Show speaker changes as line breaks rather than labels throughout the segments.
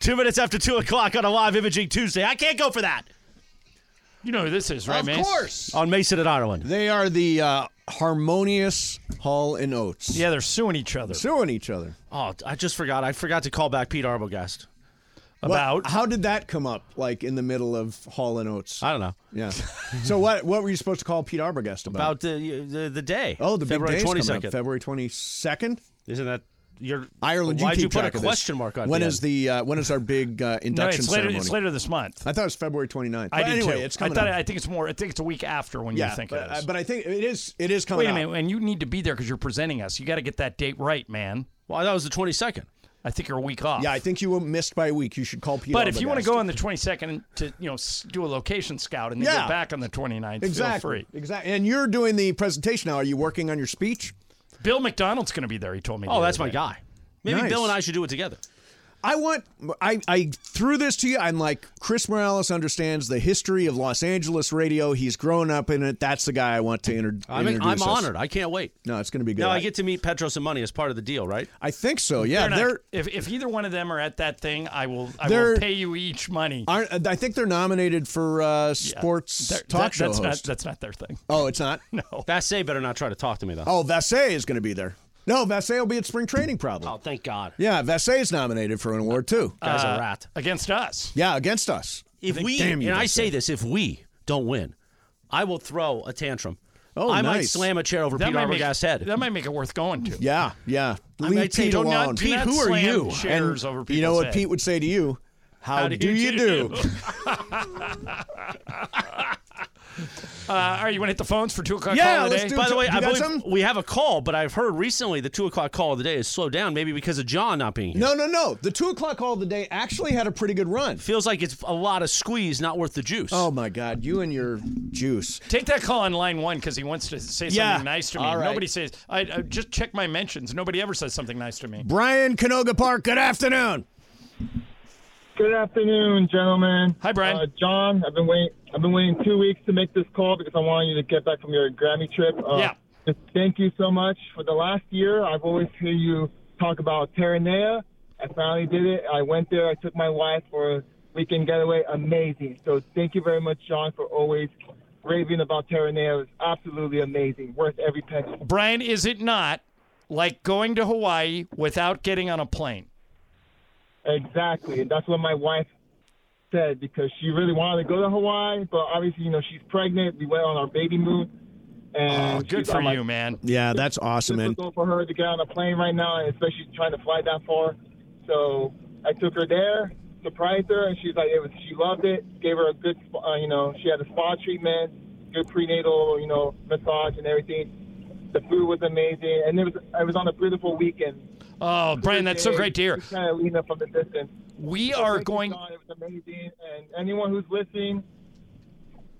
Two minutes after two o'clock on a live imaging Tuesday. I can't go for that
You know who this is, right,
of
Mace?
course.
on Mason and Ireland.
They are the uh, harmonious Hall and Oates.
Yeah, they're suing each other
Suing each other.
Oh, I just forgot. I forgot to call back Pete Arbogast.
What-
about.
how did that come up, like in the middle of Hall and Oates?
I don't know
yeah. so what what were you supposed to call Pete Arbogast about?
about the the, the day.
oh, the
February
big day's
twenty
coming up,
second.
February twenty second.
Isn't that your
Ireland.
Why'd
you,
you,
keep
put a
track of this.
question mark on?
When
the
is
end?
the uh, when is our big uh,
no,
induction
it's later.
ceremony?
It's later this month.
I thought it was February 29th.
I
but
did
anyway,
too.
it's coming
I thought
up.
I think it's more. I think it's a week after when
yeah,
you think
but,
it is.
uh, but uh, I think it is it is coming
Wait a
up.
minute, and you need to be there because you're presenting us. You got to get that date right, man.
Well, that was the twenty second.
I think you're a week off.
Yeah, I think you were missed by a week. You should call Pete.
But if you want to
Arbogast.
go on the 22nd to you know s- do a location scout and then
Yeah.
go back on the 29th,
exactly,
feel free.
exactly, and you're doing the presentation now. Are you working on your speech?
Bill McDonald's going to be there. He told me. the
Oh,
other
that's my
day.
guy. Maybe
Nice.
Bill and I should do it together.
I want. I I threw this to you. I'm like Chris Morales understands the history of Los Angeles radio. He's grown up in it. That's the guy I want to inter-
I mean, I'm
introduce us.
honored. I can't wait.
No, it's going to be good.
Now I get to meet Petros and Money as part of the deal, right?
I think so. Yeah,
They're not-
they're.
if, if either one of them are at that thing, I will. I
They're-
will pay you each money.
aren't- I think they're nominated for uh, sports
They're-
talk
that-
show
that's
host.
Not, that's not their thing.
oh, it's not.
No.
Vassay better not try to talk to me though.
Oh, Vassay is going to be there. No, Vassay will be at spring training probably.
Oh, Uh, thank God.
Yeah, Vassay is nominated for an award too.
Guy's a rat.
Against us.
yeah, against us.
If we
damn you,
and I
Vassay.
say this, if we don't win, I will throw a tantrum.
Oh,
I might
nice.
slam a chair over Pete
might make,
Arbogast's head.
that might make it worth going to.
Yeah, yeah.
I
Leave
might say,
Pete
don't not
alone.
Pete,
Do not
who are
slam
you?
Chairs over
you know
people's
what
head.
Pete would say to you? How, do, you do?
uh, all right, you want to hit the phones for two o'clock?
Yeah,
call of the
let's
day?
do
By the way,
You
I
got
believe
something?
we have a call, but I've heard recently the two o'clock call of the day is slowed down, maybe because of John not being here.
No, no, no. The two o'clock call of the day actually had a pretty good run.
Feels like it's a lot of squeeze, not worth the juice.
Oh my God, you and your juice.
Take that call on line one because he wants to say something
Yeah.
nice to me.
All right.
Nobody says. I, I just check my mentions. Nobody ever says something nice to me.
Brian Canoga Park. Good afternoon.
Good afternoon, gentlemen.
Hi, Brian.
Uh, John, I've been waiting. I've been waiting two weeks to make this call because I wanted you to get back from your Grammy trip. Uh,
Yeah.
Just thank you so much for the last year. I've always heard you talk about Terranea. I finally did it. I went there. I took my wife for a weekend getaway. Amazing. So thank you very much, John, for always raving about Terranea. It was absolutely amazing. Worth every penny.
Brian, is it not like going to Hawaii without getting on a plane?
Exactly, and that's what my wife said because she really wanted to go to Hawaii, but obviously, you know, she's pregnant. We went on our baby moon, and
Oh, good
she's-
for
I'm like,
you, man.
Yeah, that's awesome.
It's
And
difficult for her to get on a plane right now, and especially trying to fly that far. So I took her there, surprised her, and she's like, it was, she loved it. Gave her a good, spa- uh, you know, she had a spa treatment, good prenatal, you know, massage and everything. The food was amazing, and it was it was on a beautiful weekend.
Oh, Brian, that's so great to hear.
Just kind of leaning from the distance.
We are
Thank you,
going.
John. It was amazing, and anyone who's listening,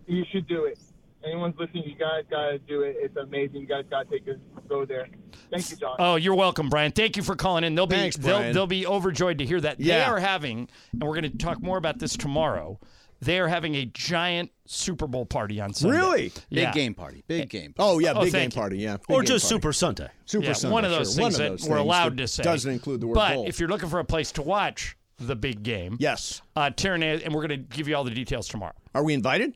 you should do it. Anyone's listening, you guys gotta do it. It's amazing. You guys gotta take a go there. Thank you, John.
Oh, you're welcome, Brian. Thank you for calling in. They'll be
Thanks,
they'll,
Brian.
they'll be overjoyed to hear that they
Yeah.
are having, and we're going to talk more about this tomorrow. They are having a giant Super Bowl party on Sunday.
Really? Big
Yeah.
Big game party. Big game.
oh yeah,
Oh,
big game
thank you.
party. Yeah, big
or
game
just
party.
Super Sunday.
Super
Yeah,
Sunday,
one of those
sure. One
things that
those
we're
things
allowed
that
to say
Doesn't include the word
But
bowl.
if you're looking for a place to watch the big game,
yes,
uh, Tyranny, and we're going to give you all the details tomorrow.
are we invited?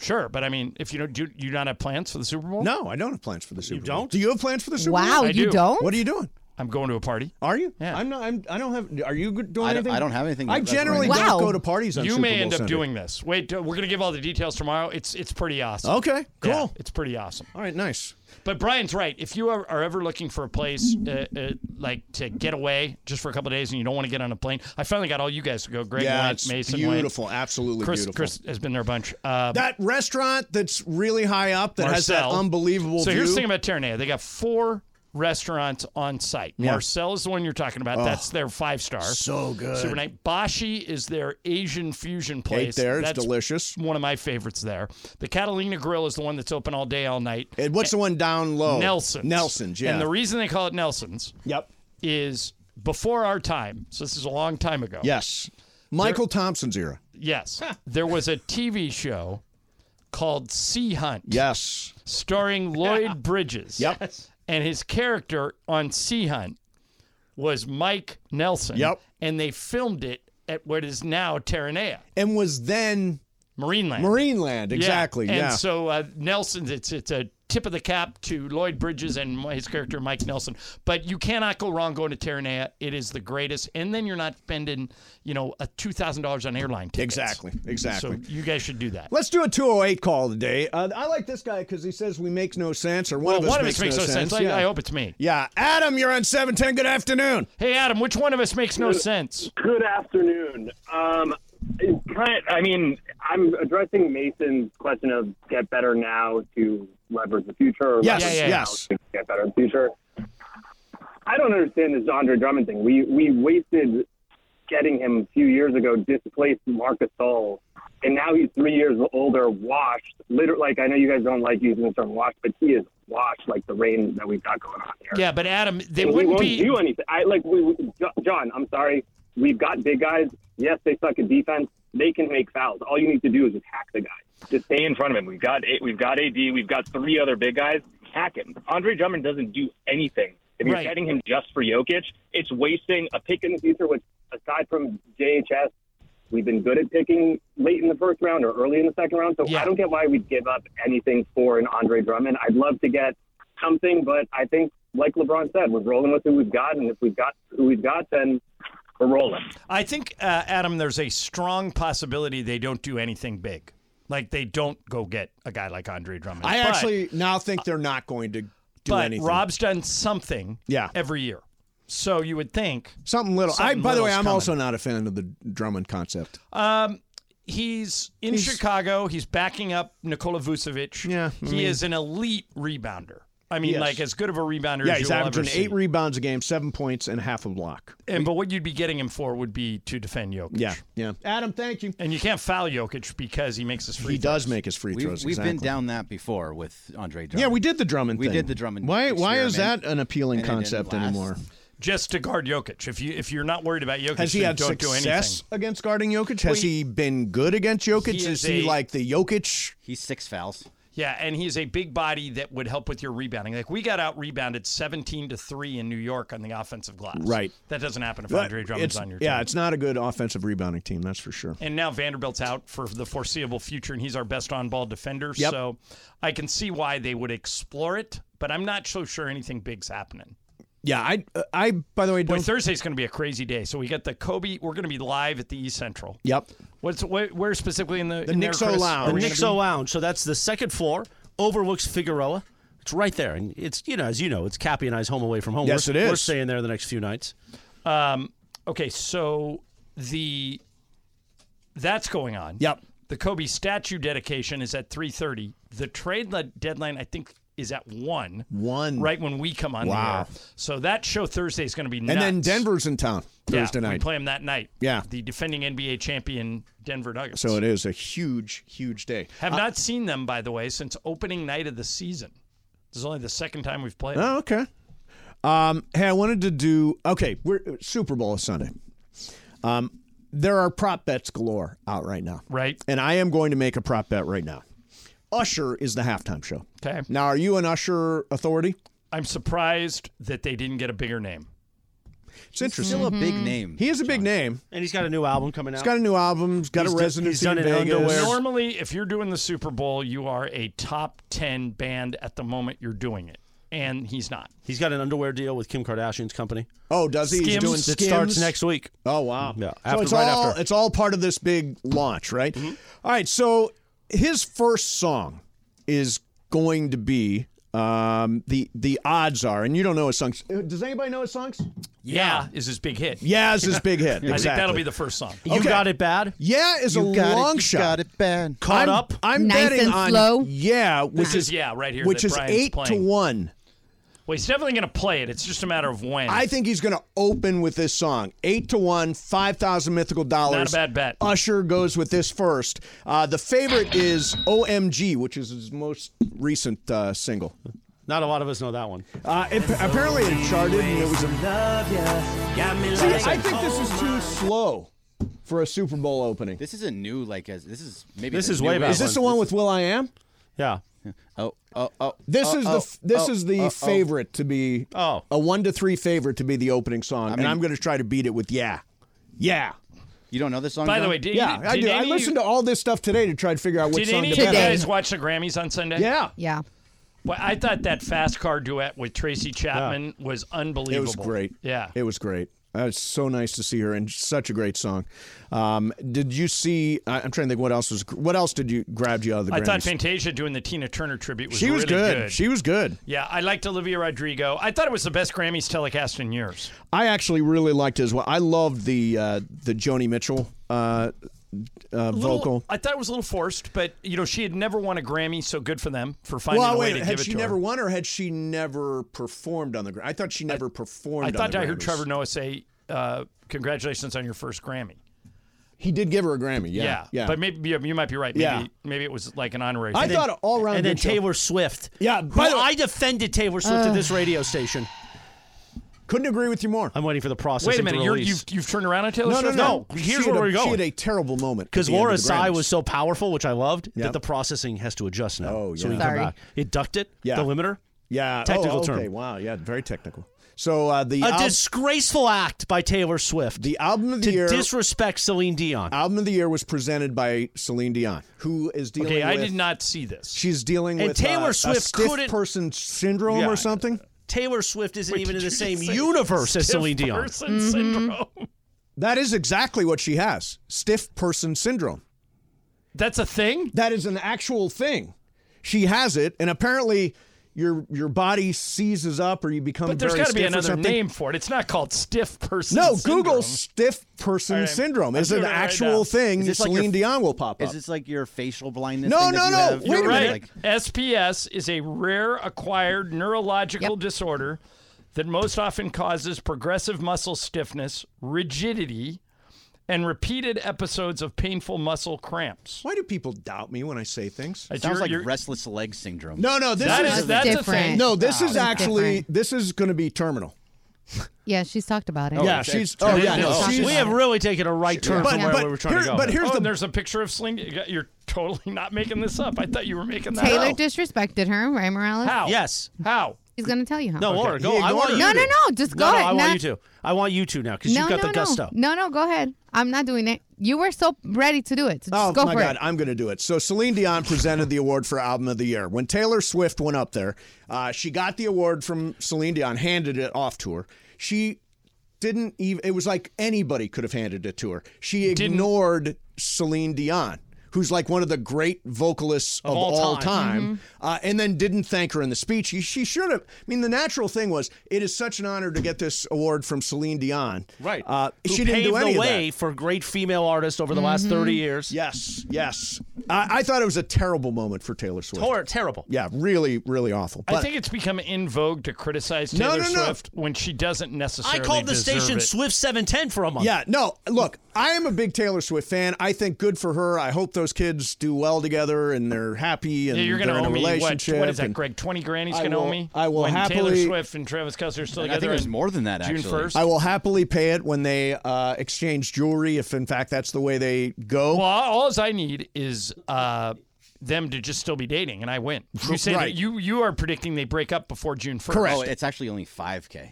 Sure, but I mean, if you don't, do you not have plans for the Super Bowl?
No, I don't have plans for the Super. Bowl.
don't?
Do you have plans for the Super?
Wow,
I
you
do.
not
Bowl? What are you doing?
I'm going to a party.
Are you?
Yeah.
I'm not. I'm, I don't have. Are you good- doing
I don't-
anything?
I don't have anything
I
that's
generally
right now.
don't
Wow.
go to parties on
you
Super
may
Bowl
end up
Sunday.
doing this. Wait, uh, we're going to give all the details tomorrow. It's it's pretty awesome.
Okay. Cool.
Yeah, it's pretty awesome.
All right. Nice.
But Brian's right. If you are, are ever looking for a place uh, uh, like to get away just for a couple of days and you don't want to get on a plane, I finally got all you guys to go. Greg
yeah,
went,
it's
Mason went.
beautiful. Absolutely
Chris,
beautiful.
Chris has been there a bunch. Uh,
that restaurant that's really high up that has that
Marcel.
unbelievable
so
view.
here's the thing about Terranea. They got four restaurants on site. Marcel is the one you're talking about. That's their five star.
Oh. so good.
Super night. Bashi is their Asian fusion
Ate
place.
there. It's
That's
delicious.
One of my favorites there. The Catalina Grill is the one that's open all day, all night.
And what's the one down low?
Nelson's.
Oh, Nelson's. Yeah.
And the reason they call it Nelson's
yep.
is before our time. So this is a long time ago.
Yes. Michael Thompson's era.
Yes. there was a TV show called Sea Hunt
Yes.
starring Lloyd Bridges.
Yep.
And his character on Sea Hunt was Mike Nelson.
Yep.
and they filmed it at what is now Terranea,
and was then
Marineland.
Marineland. Exactly.
And
Yeah.
so uh, Nelson, it's it's a tip of the cap to Lloyd Bridges and his character Mike Nelson. But you cannot go wrong going to Terranea. It is the greatest. And then you're not spending, you know, a two thousand dollars on airline tickets.
exactly. Exactly.
So you guys should do that.
Let's do a 208 call today. Uh, I like this guy because he says we make no sense, or one
Well,
of us
one of
makes,
us makes no sense. I,
yeah.
I hope it's me.
Yeah. Adam, you're on 710. Good afternoon.
Hey, Adam, which one of us makes no sense?
Good afternoon. Um, kind I mean, I'm addressing Mason's question of get better now to leverage the future. Or
Yes.
Yeah,
leverage
yeah.
Yes.
now to get better in the future. I don't understand this Andre Drummond thing. We we wasted getting him a few years ago, displaced Marcus Gasol, and now he's three years older, washed. Literally, like I know you guys don't like using the term washed, but he is washed like the rain that we've got going on here.
Yeah, but Adam, they
And we
wouldn't
won't
be.
do anything. I like we, we- Jo- John. I'm sorry. We've got big guys. Yes, they suck at defense. They can make fouls. All you need to do is just hack the guy. Just
stay in front of him. We've got A- we've got AD. We've got three other big guys. Hack him. Andre Drummond doesn't do anything. If you're
Right.
getting him just for Jokic, it's wasting a pick.
pick in the future. Which aside from JHS, we've been good at picking late in the first round or early in the second round. So
Yeah.
I don't get why we'd give up anything for an Andre Drummond. I'd love to get something, but I think like LeBron said, we're rolling with who we've got, and if we've got who we've got, then we're rolling.
I think, uh, Adam, there's a strong possibility they don't do anything big. Like they don't go get a guy like Andre Drummond.
I
But-
actually now think they're not going to do
but
anything.
Rob's done something.
Yeah.
every year. So you would think
something little. I,
something
by the way,
little's
I'm
coming.
also not a fan of the Drummond concept.
he's in Chicago. He's backing up Nikola Vucevic.
Yeah, I
he
mean-
is an elite rebounder. I mean,
Yes.
like as good of a rebounder
yeah,
as
he's
you'll ever
averaging
see.
eight rebounds a game, seven points, and half a block.
and but what you'd be getting him for would be to defend Jokic.
Yeah, yeah. Adam, thank you.
and you can't foul Jokic because he makes his free.
He
throws.
does make his free
We've,
throws.
we've been
exactly.
down that before with Andre Drummond.
Yeah, we did the Drummond.
We
thing.
did the Drummond
Why? Why is
experiment,
that an appealing
and it didn't
concept
last.
anymore?
just to guard Jokic. If you if you're not worried about Jokic,
Has he
then
had
don't do anything.
success against guarding Jokic? Has
he-
he been good against Jokic?
He
Is,
is
he
a-
like the Jokic?
He's six fouls.
Yeah, and he's a big body that would help with your rebounding. Like we got out rebounded seventeen to three in New York on the offensive glass.
Right.
That doesn't happen if Andre Drummond's
It's-
on your team.
yeah, it's not a good offensive rebounding team, that's for sure.
and now Vanderbilt's out for the foreseeable future, and he's our best on-ball defender.
Yep.
So I can see why they would explore it, but I'm not so sure anything big's happening.
Yeah, I, uh, I. By the way,
Boy,
don't.
Thursday's going to be a crazy day. So we got the Kobe. We're going to be live at the East Central.
Yep.
What's where, where specifically in the
The
in there,
Nixo
Chris?
Lounge.
The
The
We're gonna
Nixo-
Nixo Lounge. So that's the second floor, overlooks Figueroa. It's right there, and it's you know as you know, it's Cappy and I's home away from home.
Yes,
we're,
it is.
We're staying there the next few nights.
Um, okay, so the that's going on.
Yep.
The Kobe statue dedication is at 3:30. The trade le- deadline I think is at 1.
One.
Right when we come on
Wow.
the air. So that show Thursday is going to be
And
nuts.
then Denver's in town
yeah,
Thursday
We
night,
play them that night.
Yeah.
The defending NBA champion Denver Nuggets.
so uh, it is a huge, huge day.
have not seen them by the way since opening night of the season. This is only the second time we've played. them.
Oh, okay. Um, hey, I wanted to do okay. We're Super Bowl is Sunday. Um, there are prop bets galore out right now,
Right.
And I am going to make a prop bet right now. Usher is the halftime show.
Okay.
Now, are you an Usher authority?
I'm surprised that they didn't get a bigger name.
It's interesting. Mhm.
Still a big name.
He is a big name.
And he's got a new album coming out.
He's got a new album. He's got
He's
a
done-
residency
he's done
in
it in
Vegas.
underwear. Norm-
Normally, if you're doing the Super Bowl, you are a top 10 band at the moment you're doing it. And he's not.
he's got an underwear deal with Kim Kardashian's company
Oh, does he? He's
Skims?
doing
That
that
skims.
starts next week.
Oh wow!
Yeah,
so
after-
it's
right
all
after.
it's all part of this big launch, right? All right. So his first song is going to be um, the the odds are, and you don't know his songs. Uh, Does anybody know his songs?
Yeah, is his big hit.
Yeah, is his big hit. Exactly.
I think that'll be the first song.
You
Okay.
got it bad.
yeah is a long shot.
bad.
Caught
I'm,
up.
I'm
Nice
betting
and
on
slow.
yeah, which
This is yeah, right here.
which
that
is
Brian's
eight
playing.
to one.
Well, he's definitely going to play it. It's just a matter of when.
I think he's going to open with this song. Eight to one, five thousand mythical
not a
dollars.
bad bet.
Usher goes with this first. Uh, the favorite is OMG, which is his most recent uh, single.
Not a lot of us know that one.
Uh, it, apparently, it charted and it was a. See, I think this is too slow for a Super Bowl opening.
This is a new like as this is maybe
This
the
is way
newest-
Is this the one with Will I Am?
Yeah.
Oh oh oh.
This
oh,
is
oh,
the f- this
oh,
is the
oh, oh.
favorite to be
Oh.
a one to three favorite to be the opening song, and I'm going to try to beat it with yeah. Yeah.
You don't know this song?
By the
John?
way, did,
Yeah,
did
I do.
Any
I
of you-
listened to all this stuff today to try to figure out which
Did
song
any
to
of you
pick.
guys watch the Grammys on Sunday?
Yeah.
Yeah.
Well, I thought that fast car duet with Tracy Chapman was unbelievable.
It was great.
Yeah.
It was great. Uh, it's so nice to see her and such a great song. Um, did you see? I, I'm trying to think what else was. What else did you grabbed you out of the
I
Grammys?
thought Fantasia doing the Tina Turner tribute was
she was
really
good. She was good.
yeah, I liked Olivia Rodrigo. I thought it was the best Grammys telecast in years.
I actually really liked it as well. I loved the uh, the Joni Mitchell uh, uh,
Little-
vocal.
I thought it was a little forced, but you know she had never won a Grammy, so good for them for finding a way to
had
give it
she
to
never
her.
won or had she never performed on the? Gra- I thought she never performed.
I
on
thought
the
I heard
Grammys.
Trevor Noah say, uh, "Congratulations on your first Grammy."
He did give her a Grammy. Yeah,
Yeah,
yeah.
But maybe you, you might be right. Maybe,
Yeah.
maybe it was like an honorary.
I
thing.
thought all around.
and then
good show.
Taylor Swift.
Yeah,
Who
by the way-
I defended Taylor Swift at this radio station.
couldn't agree with you more.
I'm waiting for the process.
Wait a minute,
To
you're,
release.
you've, you've turned around on Taylor
No, no,
Swift?
no.
here's
She had
where
a-
we're
She
going.
had a terrible moment at
because
the end of
Laura
the
Sy
Grammys.
was so powerful, which I loved,
Yeah.
that the processing has to adjust now.
Oh,
So we can come
yeah.
Sorry.
back. It ducked it,
Yeah.
the limiter.
Yeah. oh,
Technical
okay.
term.
Wow. Yeah. Very technical. So uh, the
A
al-
disgraceful act by Taylor Swift
the album of the
to
year Uh,
disrespect Celine Dion.
album of the year was presented by Celine Dion, who is dealing.
Okay, I
with-
did not see this.
She's dealing
And
with
Taylor
uh, a
Swift
stiff
couldn't-
person syndrome
Yeah.
or something.
Taylor Swift isn't even in
did
the
you
same
just say
universe as
Stiff
Celine Dion.
person syndrome.
That is exactly what she has: stiff person syndrome.
That's a thing.
That is an actual thing. She has it, and apparently. Your, your body seizes up or you become
But there's
got to
be another name for it. It's not called stiff person.
No,
syndrome.
Google stiff person
All right, I'm-
syndrome
I'm
is an
doing it right
actual
now.
thing.
Is this like
Celine
your-
Dion will pop up.
Is this like your facial blindness?
No,
thing
no,
that you
no.
have?
Wait
You're
a minute.
Right.
Like,
SPS is a rare acquired neurological disorder that most often causes progressive muscle stiffness, rigidity, and repeated episodes of painful muscle cramps.
Why do people doubt me when I say things?
It's
sounds
your-
like
your-
restless leg syndrome.
No, no. This
That
is
is- that's a
different.
thing.
no. This is
That's
actually
different.
this is going to be terminal.
Yeah, she's talked about it.
yeah,
it's-
she's.
it's-
Oh
it
yeah,
is-
no,
it's-
she's.
We have really taken a right turn
but
from where
but,
we were trying
here,
to go.
but here's
oh,
the
and there's a picture of Sling. You're totally not making this up. I thought you were making that
Taylor
up.
disrespected her, Ray Morales.
How?
yes.
How?
He's gonna tell you how.
No, Laura, go.
He
I want
ignored
you.
no,
to.
no, no. Just go
No, no,
ahead.
I
Nah.
want you to. I want you to now because
No,
you've got
no,
the gusto.
No. no, no, go ahead. I'm not doing it. You were so ready to do it. So just
Oh
go
my
for
God,
it.
I'm going to do it. So Celine Dion presented the award for album of the year. When Taylor Swift went up there, uh, she got the award from Celine Dion, handed it off to her. She didn't even. It was like anybody could have handed it to her. She ignored Celine Dion. Who's like one of the great vocalists of,
all
all,
time.
time,
Mm-hmm.
uh, and then didn't thank her in the speech. She, she should have. I mean, the natural thing was it is such an honor to get this award from Celine Dion.
Right.
Uh,
Who
she
paved
didn't do any
the
of that.
way for great female artists over the
Mm-hmm.
last 30 years.
Yes, yes. I, I thought it was a terrible moment for Taylor Swift.
Hor- terrible.
yeah, really, really awful. But
I think it's become in vogue to criticize
No,
Taylor
no, no.
Swift when she doesn't
I
necessarily.
called the
deserve
station
it.
Swift 710 for a month.
yeah, no. Look, I am a big Taylor Swift fan. I think good for her. I hope those kids do well together and they're happy and
Yeah, you're
going to
owe me what?
relationship.
What is that,
and
Greg? Twenty grand he's
I
going to owe
will-
me.
I will
when Taylor
happily-
Swift and Travis Kelsey are still
I
together.
think there's
on
more than that,
June
actually.
first.
I will happily pay it when they uh, exchange jewelry, if in fact that's the way they go.
Well, all I need is uh, them to just still be dating, and I win. You say
Right.
that you you are predicting they break up before June first.
Oh, it's actually only 5K.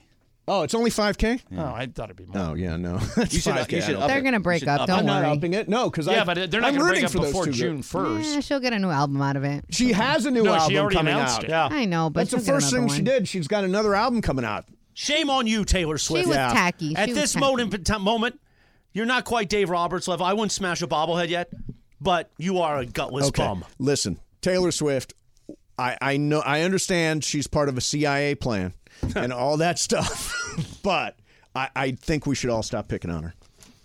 oh, it's only five k.
Oh, I thought it'd be more.
Oh yeah, no. That's
You should,
5K,
you
I
should
don't-
up
They're
it.
gonna
You
break
should
up, don't
I'm
it.
not
worry.
upping it. No, because
Yeah, but they're not
I'm
going to break
rooting
up
for those
before
two gir-
June first.
Eh, she'll get a new album out of it.
She has a new
No, she
album
already
coming
announced
out.
it.
I know,
That's
but
the
she'll get
first thing
another
she
one.
did. She's got another album coming out.
Shame on you, Taylor
She
Swift.
was
Yeah.
tacky. She
At
was
this
tacky.
moment, t- moment, you're not quite Dave Roberts level. I wouldn't smash a bobblehead yet, but you are a gutless bum.
Listen, Taylor Swift. I, I know I understand she's part of a CIA plan and all that stuff, but I, I think we should all stop picking on her.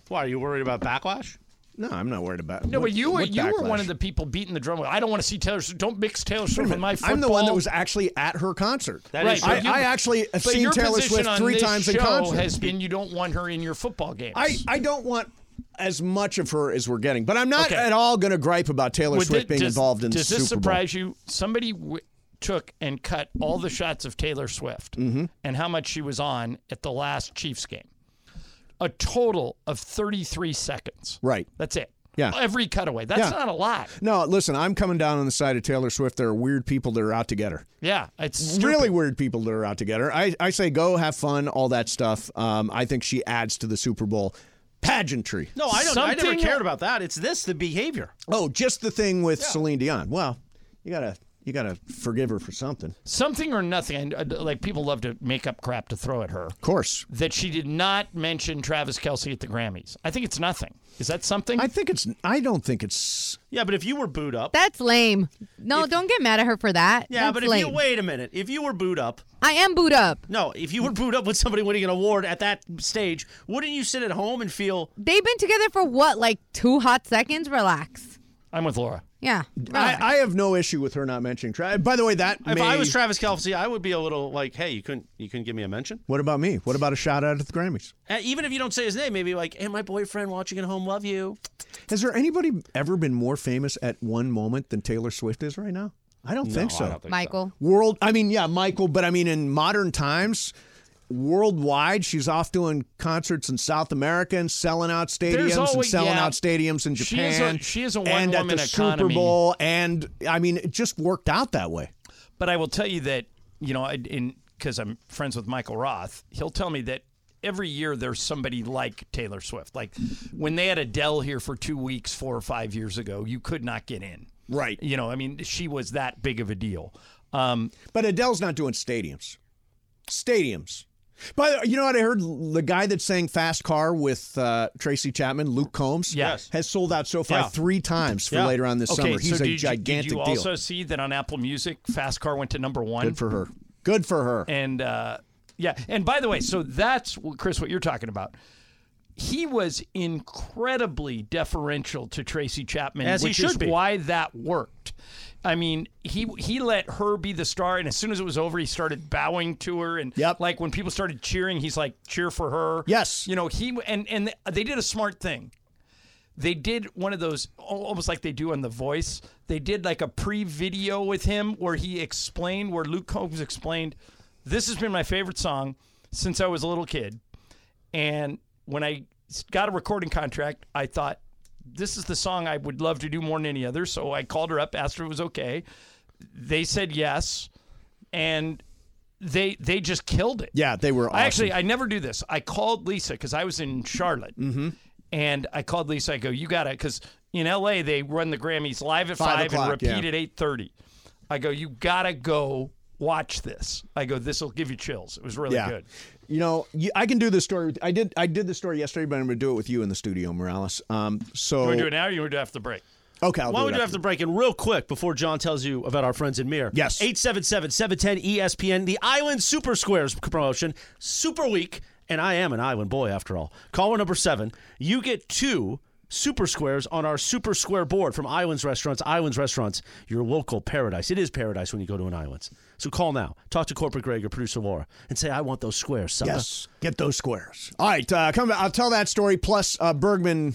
Why are you worried about backlash?
No, I'm not worried about.
No,
what-
but you were
what
you were
backlash?
one of the people beating the drum. I don't want to see Taylor. Swift. Don't mix Taylor Swift with my football.
I'm the one that was actually at her concert.
That
Right,
is
but
true.
I, I
you-
actually have
But
seen
your
Taylor
position
Swift
on
three
this
times in
show
concert.
has been you don't want her in your football games.
I, I don't want as much of her as we're getting, but I'm not
Okay.
at all going to gripe about Taylor
Would
Swift
thi-
being
does-
involved in
Does
the
this
Super Bowl.
surprise you? Somebody w- took and cut all the shots of Taylor Swift
Mm-hmm.
and how much she was on at the last Chiefs game. A total of 33 seconds.
Right.
That's it.
Yeah.
Every cutaway. That's
Yeah.
not a lot.
No, listen, I'm coming down on the side of Taylor Swift. There are weird people that are out to get her.
Yeah. It's stupid.
Really weird people that are out to get her. I, I say go have fun, all that stuff. Um, I think she adds to the Super Bowl. pageantry.
No, I don't. I never
Something-
cared about that. It's this the behavior.
Oh, just the thing with Celine Dion. Well, you gotta you gotta forgive her for something. Of
Something or nothing. and, uh, Like people love to make up crap to throw at her.
course.
That she did not mention Travis Kelsey at the Grammys. I think it's nothing. Is that something?
I think it's I don't think it's
Yeah, but if you were booed up.
That's lame. No, don't get mad at her for that.
yeah,
That's
but if
lame.
you wait a minute, if you were booed up,
I am booed up.
no, if you were booed up with somebody winning an award at that stage, wouldn't you sit at home and feel?
They've been together for what, like two hot seconds? Relax.
I'm with Laura.
Yeah. relax.
I, I have no issue with her not mentioning Travis. By the way, that
Ah. If
may,
I was Travis Kelsey, I would be a little like, hey, you couldn't, you couldn't give me a mention.
What about me? What about a shout out at the Grammys?
And Uh, even if you don't say his name, maybe like, hey, my boyfriend watching at home, love you.
Has there anybody ever been more famous at one moment than Taylor Swift is right now? I don't think so.
Michael.
World, I mean, yeah, Michael, but I mean, in modern times, worldwide, she's off doing concerts in South America and selling out stadiums and
always-
selling
yeah.
out stadiums in
She is a-
Japan.
she is a
and at
one-woman
the Super
economy.
Bowl, and I mean, it just worked out that way.
But I will tell you that, you know, I- in because I'm friends with Michael Roth, he'll tell me that every year there's somebody like Taylor Swift. Like when they had Adele here for two weeks, four or five years ago, you could not get in.
Right.
You know, I mean, she was that big of a deal. Um,
But Adele's not doing stadiums. Stadiums. By the you know what I heard? The guy that sang "Fast Car" with uh, Tracy Chapman, Luke Combs,
Yes.
has sold out SoFi
Yeah.
three times for
Yeah.
later on this
okay,
summer. He's
so
a
did, you-
gigantic
did you
deal.
also see that on Apple Music, Fast Car went to number one?
Good for her. Good for her.
and uh, yeah, and by the way, so that's what- Chris what you're talking about. He was incredibly deferential to Tracy Chapman,
As he
which is
should be.
why that worked. I mean, he he let her be the star, and as soon as it was over, he started bowing to her, and
Yep.
like when people started cheering, he's like, "Cheer for her!"
Yes.
you know he and and they did a smart thing they did one of those al- almost like they do on The Voice. They did like a pre-video with him where he explained, where Luke Combs explained, "This has been my favorite song since I was a little kid, and when I s- got a recording contract, I thought this is the song I would love to do more than any other. So I called her up, asked her if it was okay. They said yes, and they they just killed it.
yeah, they were awesome.
I actually I never do this. I called Lisa because I was in Charlotte,
Mm-hmm.
and I called Lisa. I go, you got to because in L.A. they run the Grammys live at
Five
five, and
o'clock,
repeat
yeah.
at eight thirty. I go, you gotta go watch this. I go, this will give you chills. It was really
yeah.
good.
You know, you, I can do this story. With, I did. I did the story yesterday, but I'm going to do it with you in the studio, Morales. Um. So
You want to do it now? Or you want to do it after the break?
okay, I'll
Why
do
would
it
you have
after.
to break in real quick before John tells you about our friends in Mir?
Yes.
877 710 ESPN, the Island Super Squares promotion, Super Week, and I am an island boy after all. Caller number seven, you get two Super Squares on our Super Square board from Islands Restaurants. Islands Restaurants, your local paradise. It is paradise when you go to an island. So call now. Talk to Corporate Greg or producer Laura and say, I want those squares, sucker.
Yes, get those squares. All right, uh, come. I'll tell that story. Plus, uh, Bergman.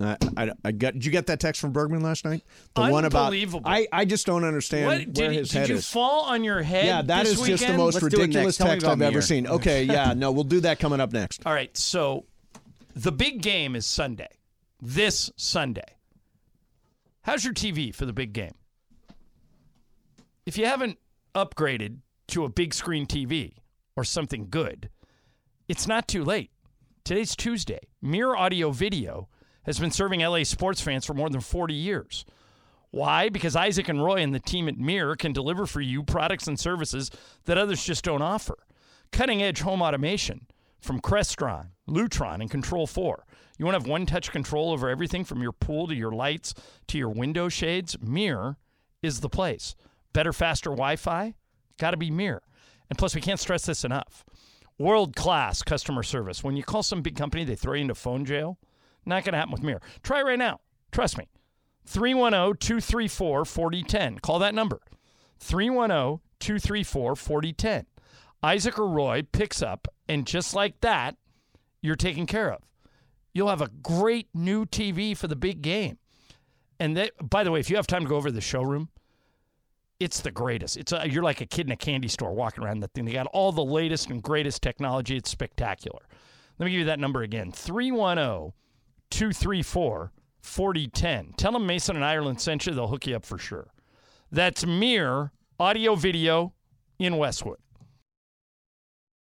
I, I, I got. Did you get that text from Bergman last night? The one about.
Unbelievable.
I, I just don't understand
What
where
did,
his
did
head
you
is.
fall on your head?
yeah, that
this
is just the
weekend?
most
Let's do it
ridiculous
next. Tell me
text
about
I've ever
Mir.
seen. Okay, yeah, no, we'll do that coming up next.
All right, so the big game is Sunday. This Sunday. How's your TV for the big game? If you haven't upgraded to a big screen TV or something good, it's not too late. Today's Tuesday. Mirror Audio Video has been serving LA sports fans for more than 40 years. Why? Because Isaac and Roy and the team at Mirror can deliver for you products and services that others just don't offer. Cutting edge home automation from Crestron, Lutron, and Control 4. You want to have one touch control over everything from your pool to your lights to your window shades? Mirror is the place. Better, faster Wi Fi? Got to be Mirror. And plus, we can't stress this enough world class customer service. When you call some big company, they throw you into phone jail. Not going to happen with Mirror. Try right now. Trust me. 310 234 4010. Call that number. oh, 310 234 4010. Isaac or Roy picks up, and just like that, you're taken care of. You'll have a great new TV for the big game. And that, by the way, if you have time to go over to the showroom, it's the greatest. It's a, you're like a kid in a candy store walking around that thing. They got all the latest and greatest technology. It's spectacular. Let me give you that number again oh, 310 234 4010. Tell them Mason and Ireland sent you. They'll hook you up for sure. That's Mirror Audio Video in Westwood.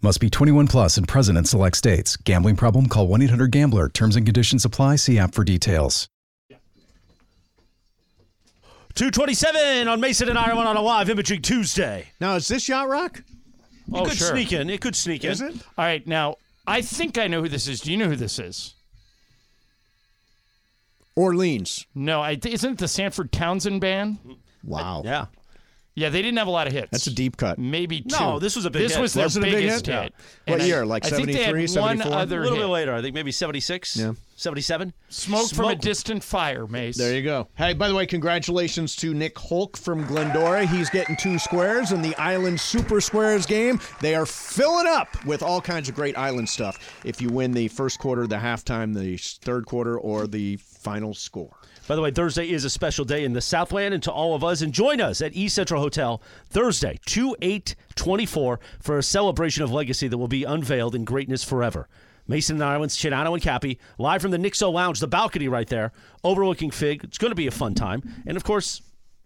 Must be 21 plus and present in select states. Gambling problem? Call 1 800 Gambler. Terms and conditions apply. See app for details.
227 on Mason and Ireland on a live imaging Tuesday.
Now, is this Yacht Rock?
It
Oh,
could
sure.
sneak in. It could sneak in.
Is it?
All right, now I think I know who this is. Do you know who this is?
Orleans.
No, I, isn't it the Sanford Townsend band?
Wow.
Yeah.
Yeah, they didn't have a lot of hits.
Mm-hmm. That's a deep cut.
Maybe two.
No, this was a big
This
hit.
was their
Was it a big
biggest
hit? Yeah.
And
What
I-
year, like
I think they
73,
had one
74?
A
other
little
hit.
bit later, I think maybe 76,
Yeah.
77.
Smoke, from a distant fire, Mace.
There you go. Hey, by the way, congratulations to Nick Hulk from Glendora. He's getting two squares in the Island Super Squares game. They are filling up with all kinds of great Island stuff. If you win the first quarter, the halftime, the third quarter, or the final score.
By the way, Thursday is a special day in the Southland and to all of us. And join us at East Central Hotel Thursday, 2 8 24, for a celebration of legacy that will be unveiled in greatness forever. Mason and Ireland's Chinano and Cappy, live from the Nixo Lounge, the balcony right there, overlooking Fig. It's going to be a fun time. And of course,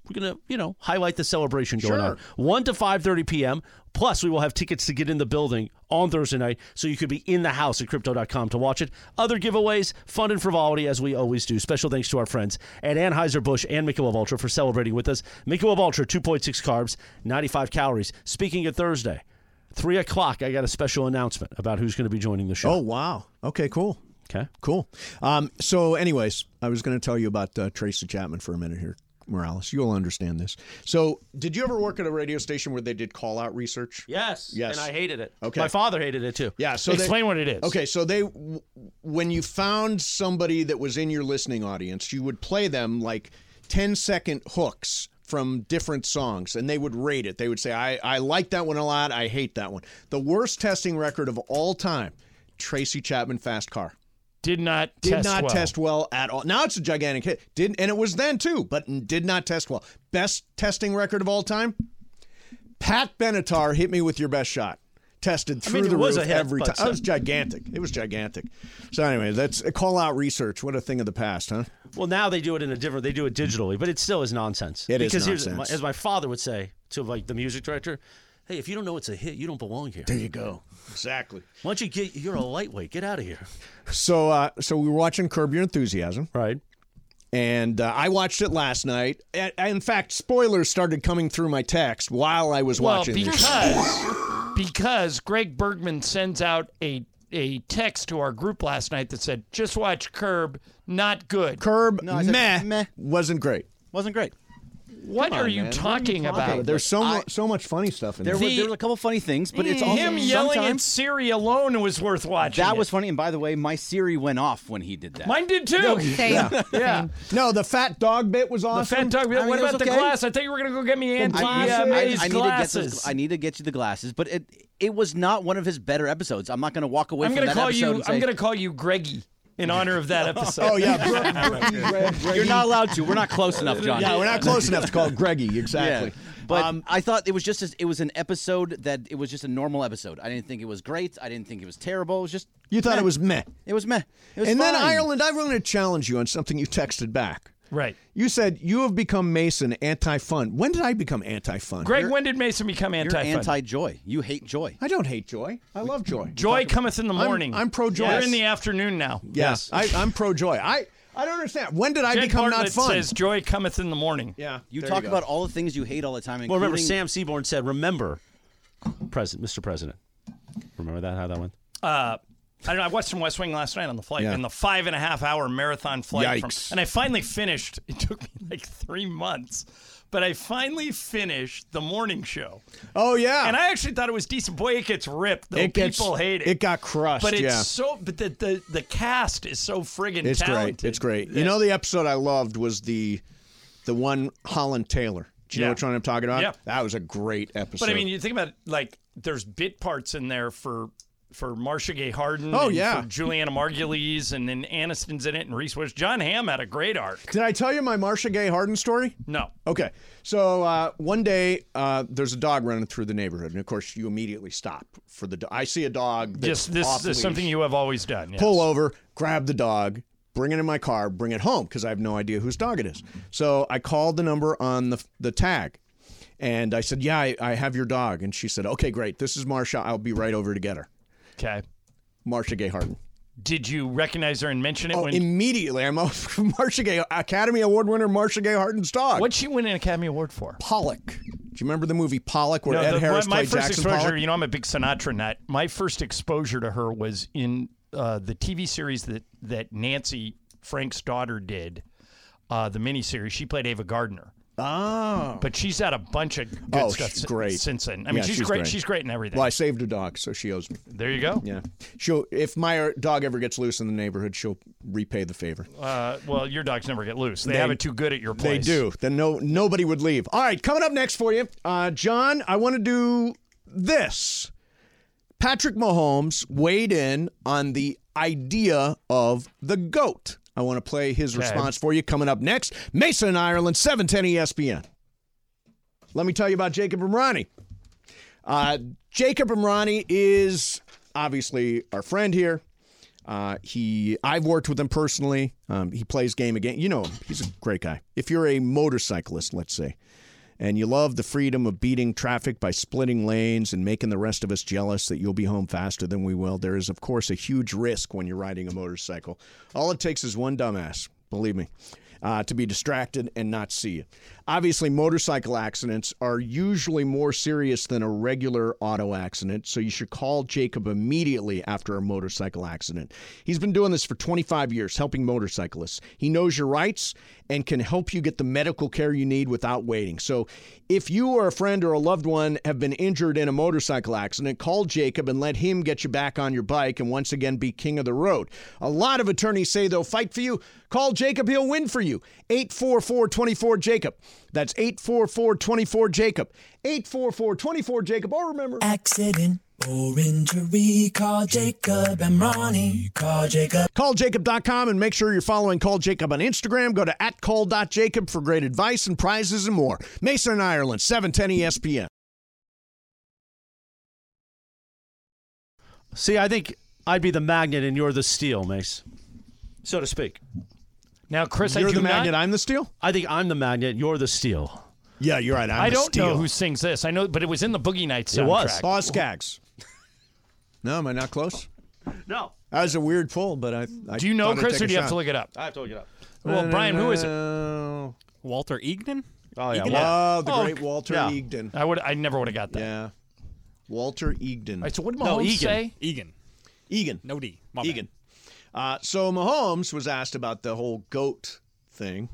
we're going to, you know, highlight the celebration going on. 1 to 5.30 p.m. Plus, we will have tickets to get in the building on Thursday night, so you could be in the house at Crypto.com to watch it. Other giveaways, fun and frivolity, as we always do. Special thanks to our friends at Anheuser-Busch and Michelob Ultra for celebrating with us. Michelob Ultra, 2.6 carbs, 95 calories. Speaking of Thursday, 3 o'clock, I got a special announcement about who's going to be joining the show.
Oh, wow. Okay, cool.
Okay.
Cool. Um, so, anyways, I was going to tell you about uh, Tracy Chapman for a minute here, Morales. You'll understand this. So, did you ever work at a radio station where they did call out research?
Yes.
Yes.
And I hated it.
Okay.
My father hated it, too.
Yeah. So, they-
Explain what it is.
Okay, so they, w- when you found somebody that was in your listening audience, you would play them like 10 second hooks from different songs and they would rate it. They would say, I, I like that one a lot. I hate that one. The worst testing record of all time Tracy Chapman Fast Car.
Did not
Did
test
not
well.
test well at all. Now it's a gigantic hit. Didn't and it was then too, but n- did not test well. Best testing record of all time. Pat Benatar hit me with your best shot. Tested through
mean, it
the
was
roof
a hit,
every
but
time. It was gigantic. It was gigantic. So anyway, that's uh, call out research. What a thing of the past, huh?
Well, now they do it in a different. They do it digitally, but it still is nonsense.
It is
because here's-
nonsense.
as my father would say to like the music director, "Hey, if you don't know it's a hit, you don't belong here.
There you go. Exactly.
Once you get, you're a lightweight. Get out of here."
So uh, so we were watching Curb Your Enthusiasm.
Right.
and uh, I watched it last night. A- in fact, spoilers started coming through my text while I was
Well,
watching. this.
because because Greg Bergman sends out a a text to our group last night that said, "Just watch Curb, not good."
Curb
I said,
meh,
meh.
wasn't great.
Wasn't great.
what are you talking about?
There's so mu- so much funny stuff in
There,
there.
were, there were a couple funny things, but it's also
Him yelling at
sometimes-
Siri alone was worth watching.
that
it.
was funny. And by the way, my Siri went off when he did that.
mine. Did too.
Same.
yeah.
No, the fat dog bit was
The
awesome.
fat dog.
I mean,
what
it was
about the
okay.
glass? I thought you were gonna go get me anti
I,
uh,
I-
May's
I need to get
glasses.
those, I need to get you the glasses, but it it was not one of his better episodes. I'm not going to walk away
I'm
from
gonna
that
call
episode
you.
and say
I'm gonna call you Greggy in honor of that episode.
Oh yeah, Gre- Gre- Gre- Greggy.
you're not allowed to. We're not close enough, John.
Yeah, we're not close enough to call it Greggy exactly.
Yeah. But I thought it was just as, it was an episode that it was just a normal episode. I didn't think it was great. I didn't think it was terrible. It was just
You thought it was meh.
it was meh. It was
and then
fine.
Ireland, I'm going to challenge you on something you texted back.
Right.
You said you have become Mason anti-fun. When did I become anti-fun?
Greg, when did Mason become
You're
anti?
anti-joy. You hate joy.
I don't hate joy. I love joy.
Joy cometh in the
I'm-
morning.
I'm pro-joy.
You're in the afternoon now.
Yes, I, I'm pro joy. I I don't understand. When did I
Jed
become
Bartlett
not fun?
Says joy cometh in the morning.
yeah.
You
there
talk
go.
about all the things you hate all the time.
Well, remember,
including-
Sam Seaborn said, "Remember, President, Mr. President." Remember that? How that went?
uh, I don't know. I watched some West Wing last night on the flight,
Yeah.
and the five and a half hour marathon flight. From,
Yikes.
and I finally finished. It took me like three months, but I finally finished the morning show.
Oh yeah.
And I actually thought it was decent. Boy, it gets ripped. Though.
It gets-
People hate it.
it got crushed,
But it's
yeah.
so. But the, the the cast is so friggin'
it's
talented.
great. It's great.
that-
You know the episode I loved was the the one Holland Taylor. Do you
Yeah.
know which one I'm talking about?
Yeah.
That was a great episode.
But I mean, you think about it, like there's bit parts in there for for Marcia Gay Harden.
Oh,
and
yeah.
for Juliana Margulies, and then Aniston's in it, and Reese Wish. John Hamm had a great arc.
did I tell you my Marcia Gay Harden story?
No,
Okay. So uh, one day, uh, there's a dog running through the neighborhood, and of course, you immediately stop for the. Do- I see a dog. That's
just this
off
is something
leash.
you have always done. yes.
pull over, grab the dog, bring it in my car, bring it home because I have no idea whose dog it is. So I called the number on the the tag, and I said, "Yeah, I, I have your dog." And she said, "Okay, great. This is Marsha. I'll be right over to get her."
Okay.
Marsha Gay Harden.
Did you recognize her and mention it
Oh,
when?
immediately! I'm off Marsha Gay Academy Award winner Marsha Gay Harden's dog.
What'd she win an Academy Award for?
Pollock? Do you remember the movie Pollock where
No,
Ed
the-
Harris
my, my
played
first
Jackson
exposure,
Pollock?
you know, I'm a big Sinatra nut. My first exposure to her was in uh, the TV series that that Nancy Frank's daughter did, uh, the miniseries. She played Ava Gardner.
Oh.
But she's had a bunch of good
Oh,
stuff
she's
si-
great.
since then. I mean,
Yeah,
she's,
she's
great.
great.
She's great in everything.
Well, I saved her dog, so she owes me.
there you go.
Yeah. She'll if my uh, dog ever gets loose in the neighborhood, she'll repay the favor.
Uh, well, your dogs never get loose. They,
They-
have it too good at your
They
place.
do. Then no nobody would leave. All right, coming up next for you, uh, John. I want to do this. Patrick Mahomes weighed in on the idea of the goat. I want to play his response for you coming up next. Mason in Ireland, seven ten E ESPN. Let me tell you about Jacob Imrani. Uh, Jacob Imrani is obviously our friend here. Uh, he, I've worked with him personally. Um, he plays game again. You know him. He's a great guy. If you're a motorcyclist, let's say, and you love the freedom of beating traffic by splitting lanes and making the rest of us jealous that you'll be home faster than we will, there is of course a huge risk when you're riding a motorcycle. All it takes is one dumbass. Believe me uh, to be distracted and not see you. Obviously, motorcycle accidents are usually more serious than a regular auto accident, so you should call Jacob immediately after a motorcycle accident. He's been doing this for 25 years, helping motorcyclists. He knows your rights and can help you get the medical care you need without waiting. So, if you or a friend or a loved one have been injured in a motorcycle accident, call Jacob and let him get you back on your bike and once again be king of the road. A lot of attorneys say they'll fight for you. Call Jacob, he'll win for you. 844 Jacob. That's 844 Jacob. 844 Jacob. Or remember.
Accident or injury, call Jacob and Ronnie. Call Jacob.
CallJacob.com and make sure you're following Call Jacob on Instagram. Go to at call.jacob for great advice and prizes and more. Mason, in Ireland, E 710 ESPN.
See, I think I'd be the magnet, and you're the steel, Mace, so to speak.
Now, Chris, I
You're
do
the magnet,
Not,
I'm the steel?
I think I'm the magnet. You're the steel.
Yeah, you're right. I'm
I
the
don't
steel.
know who sings this. I know, but it was in the Boogie Nights soundtrack.
It was.
Boz Skaggs. No, am I not close?
No,
That was a weird pull, but I. I
Do you know
thought I'd
Chris,
take
or
a
do you have
shot.
to look it up?
I have to look it up.
Well, Brian, who is it?
Oh,
Walter Egan?
Oh yeah, well,
oh, the
Oh,
great Walter
yeah.
Egan.
I would. I never would have got that.
Yeah, Walter Egan. E-
All right, so what did
No,
Mahomes
Egan.
say?
Egan.
Egan.
No D. My bad.
Egan. Uh, so Mahomes was asked about the whole goat thing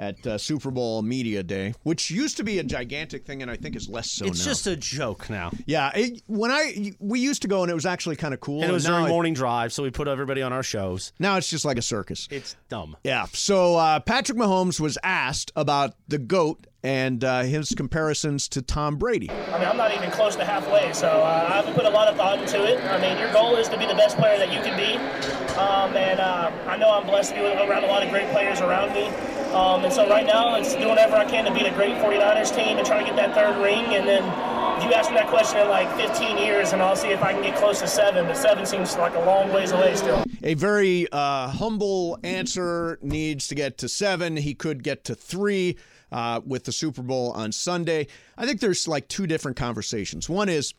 at uh, Super Bowl media day, which used to be a gigantic thing, and I think is less so
it's
now.
just a joke now.
yeah. It, when I we used to go, and it was actually kind of cool.
and it was
now
during
I-
morning drive, so we put everybody on our shows.
Now it's just like a circus.
It's dumb.
Yeah. So uh, Patrick Mahomes was asked about the GOAT and uh, his comparisons to Tom Brady.
I mean, I'm not even close to halfway, so uh, I have put a lot of thought into it. I mean, your goal is to be the best player that you can be, um, and uh, I know I'm blessed to be around a lot of great players around me. Um, and so right now, it's doing whatever I can to beat a great 49ers team and try to get that third ring. And then if you ask me that question in like 15 years, and I'll see if I can get close to seven. But seven seems like a long ways away still.
A very uh, humble answer needs to get to seven. He could get to three uh, with the Super Bowl on Sunday. I think there's like two different conversations. One is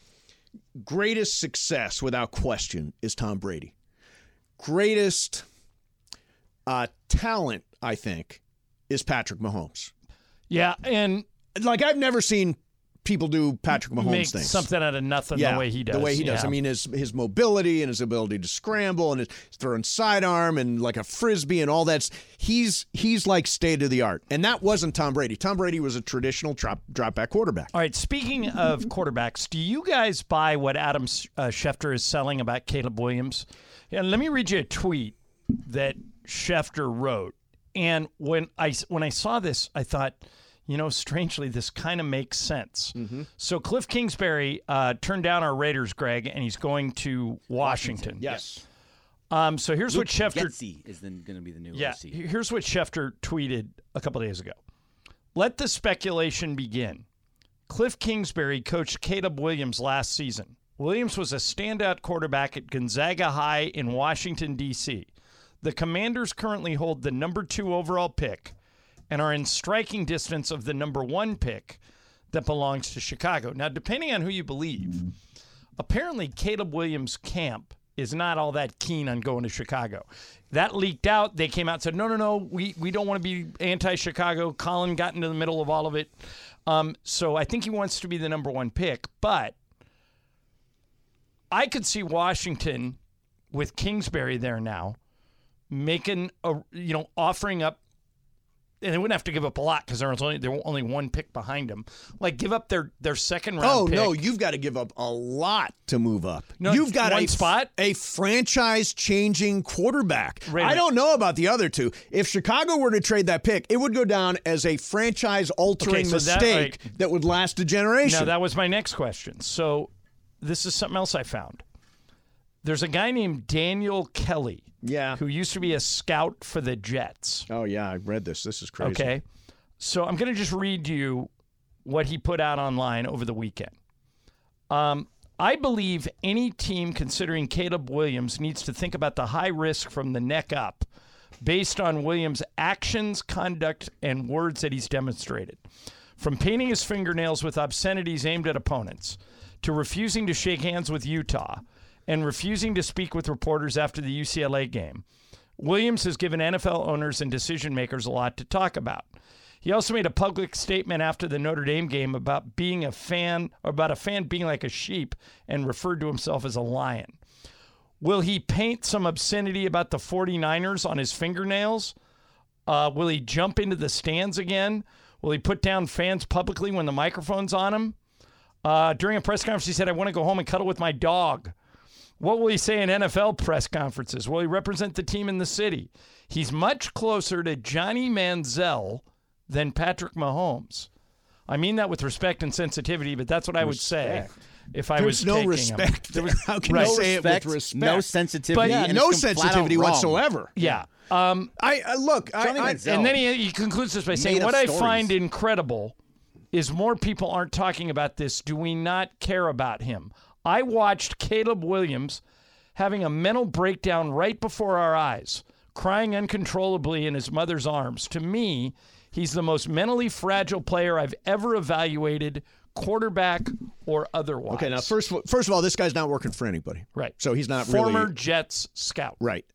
greatest success without question is Tom Brady. Greatest uh, talent, I think, is Patrick Mahomes.
Yeah, and
like I've never seen people do Patrick Mahomes
Make
things.
something out of nothing the way he
The way
does,
he does.
yeah.
I mean, his his mobility and his ability to scramble and his throwing sidearm and like a frisbee and all that's he's he's like state of the art. And that wasn't Tom Brady. Tom Brady was a traditional drop drop back quarterback.
All right. Speaking of quarterbacks, do you guys buy what Adam S- uh, Schefter is selling about Caleb Williams? And let me read you a tweet that Schefter wrote. And when I s- when I saw this, I thought, you know, strangely, this kind of makes sense.
Mm-hmm.
So Cliff Kingsbury uh, turned down our Raiders, Greg, and he's going to Washington.
Yes.
Um, so here's what
Luke
Schefter
Getsy is then going to be the new
yeah,
OC.
he- here's what Schefter tweeted a couple days ago. Let the speculation begin. Cliff Kingsbury coached Caleb Williams last season. Williams was a standout quarterback at Gonzaga High in Washington, D.C. The Commanders currently hold the number two overall pick and are in striking distance of the number one pick that belongs to Chicago. Now, depending on who you believe, apparently Caleb Williams' camp is not all that keen on going to Chicago. That leaked out. They came out and said, no, no, no, we, we don't want to be anti Chicago. Colin got into the middle of all of it. Um, so I think he wants to be the number one pick, but I could see Washington with Kingsbury there now making a, you know, offering up and they wouldn't have to give up a lot because there was only there were only one pick behind them. Like give up their their second round.
Oh
pick.
no, you've got to give up a lot to move up.
No,
you've got
one
a spot, a franchise changing quarterback.
Right.
I don't know about the other two. If Chicago were to trade that pick, it would go down as a franchise altering
Okay, so that-
mistake that, would last a generation.
Now that was my next question. So this is something else I found. There's a guy named Daniel Kelly. Yeah. Who used to be a scout for the Jets.
Oh yeah, I read this. This is crazy.
Okay. So I'm going to just read you what he put out online over the weekend. Um, I believe any team considering Caleb Williams needs to think about the high risk from the neck up based on Williams' actions, conduct, and words that he's demonstrated. From painting his fingernails with obscenities aimed at opponents, to refusing to shake hands with Utah, and refusing to speak with reporters after the UCLA game, Williams has given NFL owners and decision makers a lot to talk about. He also made a public statement after the Notre Dame game about being a fan, or about a fan being like a sheep, and referred to himself as a lion. Will he paint some obscenity about the 49ers on his fingernails? Uh, will he jump into the stands again? Will he put down fans publicly when the microphone's on him? Uh, during a press conference, he said, I want to go home and cuddle with my dog. What will he say in NFL press conferences? Will he represent the team in the city? He's much closer to Johnny Manziel than Patrick Mahomes. I mean that with respect and sensitivity, but that's what I would say
Respect.
if I
There's
was
no
taking him.
respect there.
There was-
How can you say it with respect? No sensitivity,
But-
Yeah, and it's no com- flat out sensitivity wrong. whatsoever.
Yeah. Um,
I, I look. I,
I- and then he, he concludes this by saying,
Made up
"What I
stories."
find incredible is more people aren't talking about this. Do we not care about him? I watched Caleb Williams having a mental breakdown right before our eyes, crying uncontrollably in his mother's arms. To me, he's the most mentally fragile player I've ever evaluated, quarterback or otherwise."
Okay, now first first of all, this guy's not working for anybody.
Right.
So he's not
former
really
Jets scout.
Right.